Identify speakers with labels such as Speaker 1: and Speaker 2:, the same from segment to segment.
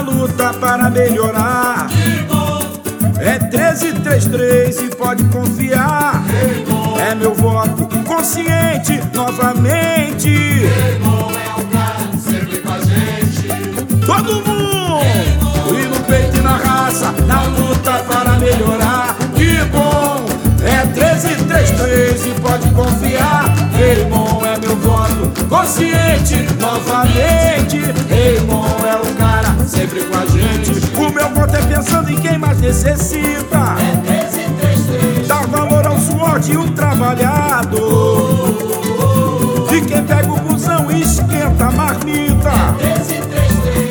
Speaker 1: luta para melhorar. É 1333 e pode confiar. É meu voto consciente novamente. Todo mundo! E no peito e na raça, na luta para melhorar. Que bom! É 1333 e pode confiar. Raymond é meu voto consciente novamente. Raymond é o cara sempre com a gente. O meu voto é pensando em quem mais necessita. É Dar valor ao suor de um trabalhado. E quem pega o busão e esquenta a marmita.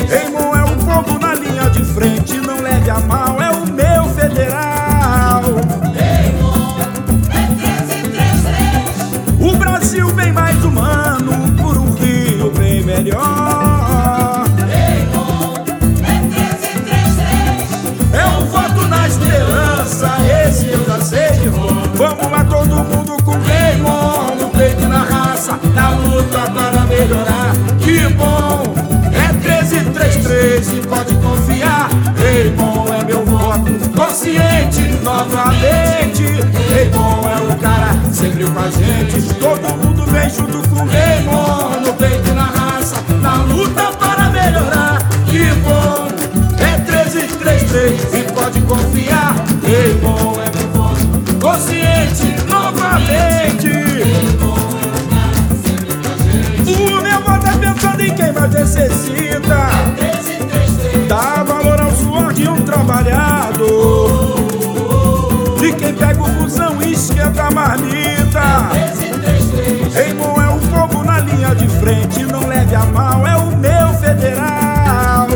Speaker 1: Raymond é o fogo na linha de frente. Não leve a mal, é o meu federal. O Brasil bem mais humano, por um Rio bem melhor. É um voto na esperança, esse eu já sei que vou. Vamos lá todo mundo com bem no peito e na raça, na luta para melhorar. Que bom, é 1333 e pode confiar. Raymond é meu voto, consciente novamente. Raymond é o cara, sempre com a gente. Todo mundo vem junto com Raymond no peito e na raça, na luta para melhorar. Que bom, é 1333 e pode confiar. Raymond é meu voto, consciente novamente. O meu voto é pensando em quem mais necessita. Dá valor ao suor de um trabalhado. De quem pega o busão e esquenta a marmita. Raymond é o fogo na linha de frente. Não leve a mal, é o meu federal.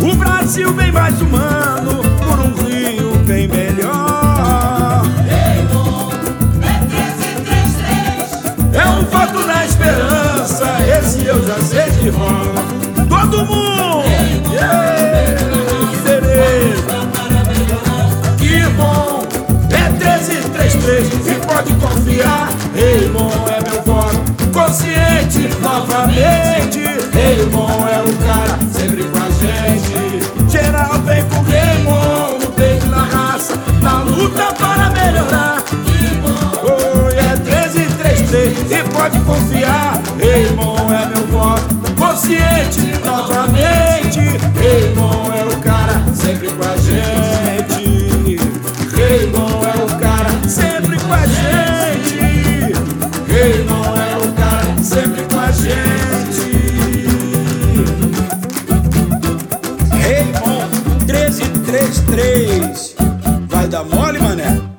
Speaker 1: O Brasil bem mais humano, por um Rio bem melhor. É um voto na esperança, esse eu já sei de rola. Todo mundo! Yeah! Feliz. Que bom! É 1333 e pode confiar. Raymond é meu voto, consciente novamente. Raymond é o cara, sempre com a gente. Geral vem com Raymond, no peito e na raça, na luta para melhorar. Oi, é 1333 e pode confiar. Raymond é meu voto, consciente novamente. Raymond é o cara, sempre com a gente. Raymond é o cara, sempre com a gente. Raymond é o cara, sempre com a gente. Raymond 1333 Vai dar mole, mané?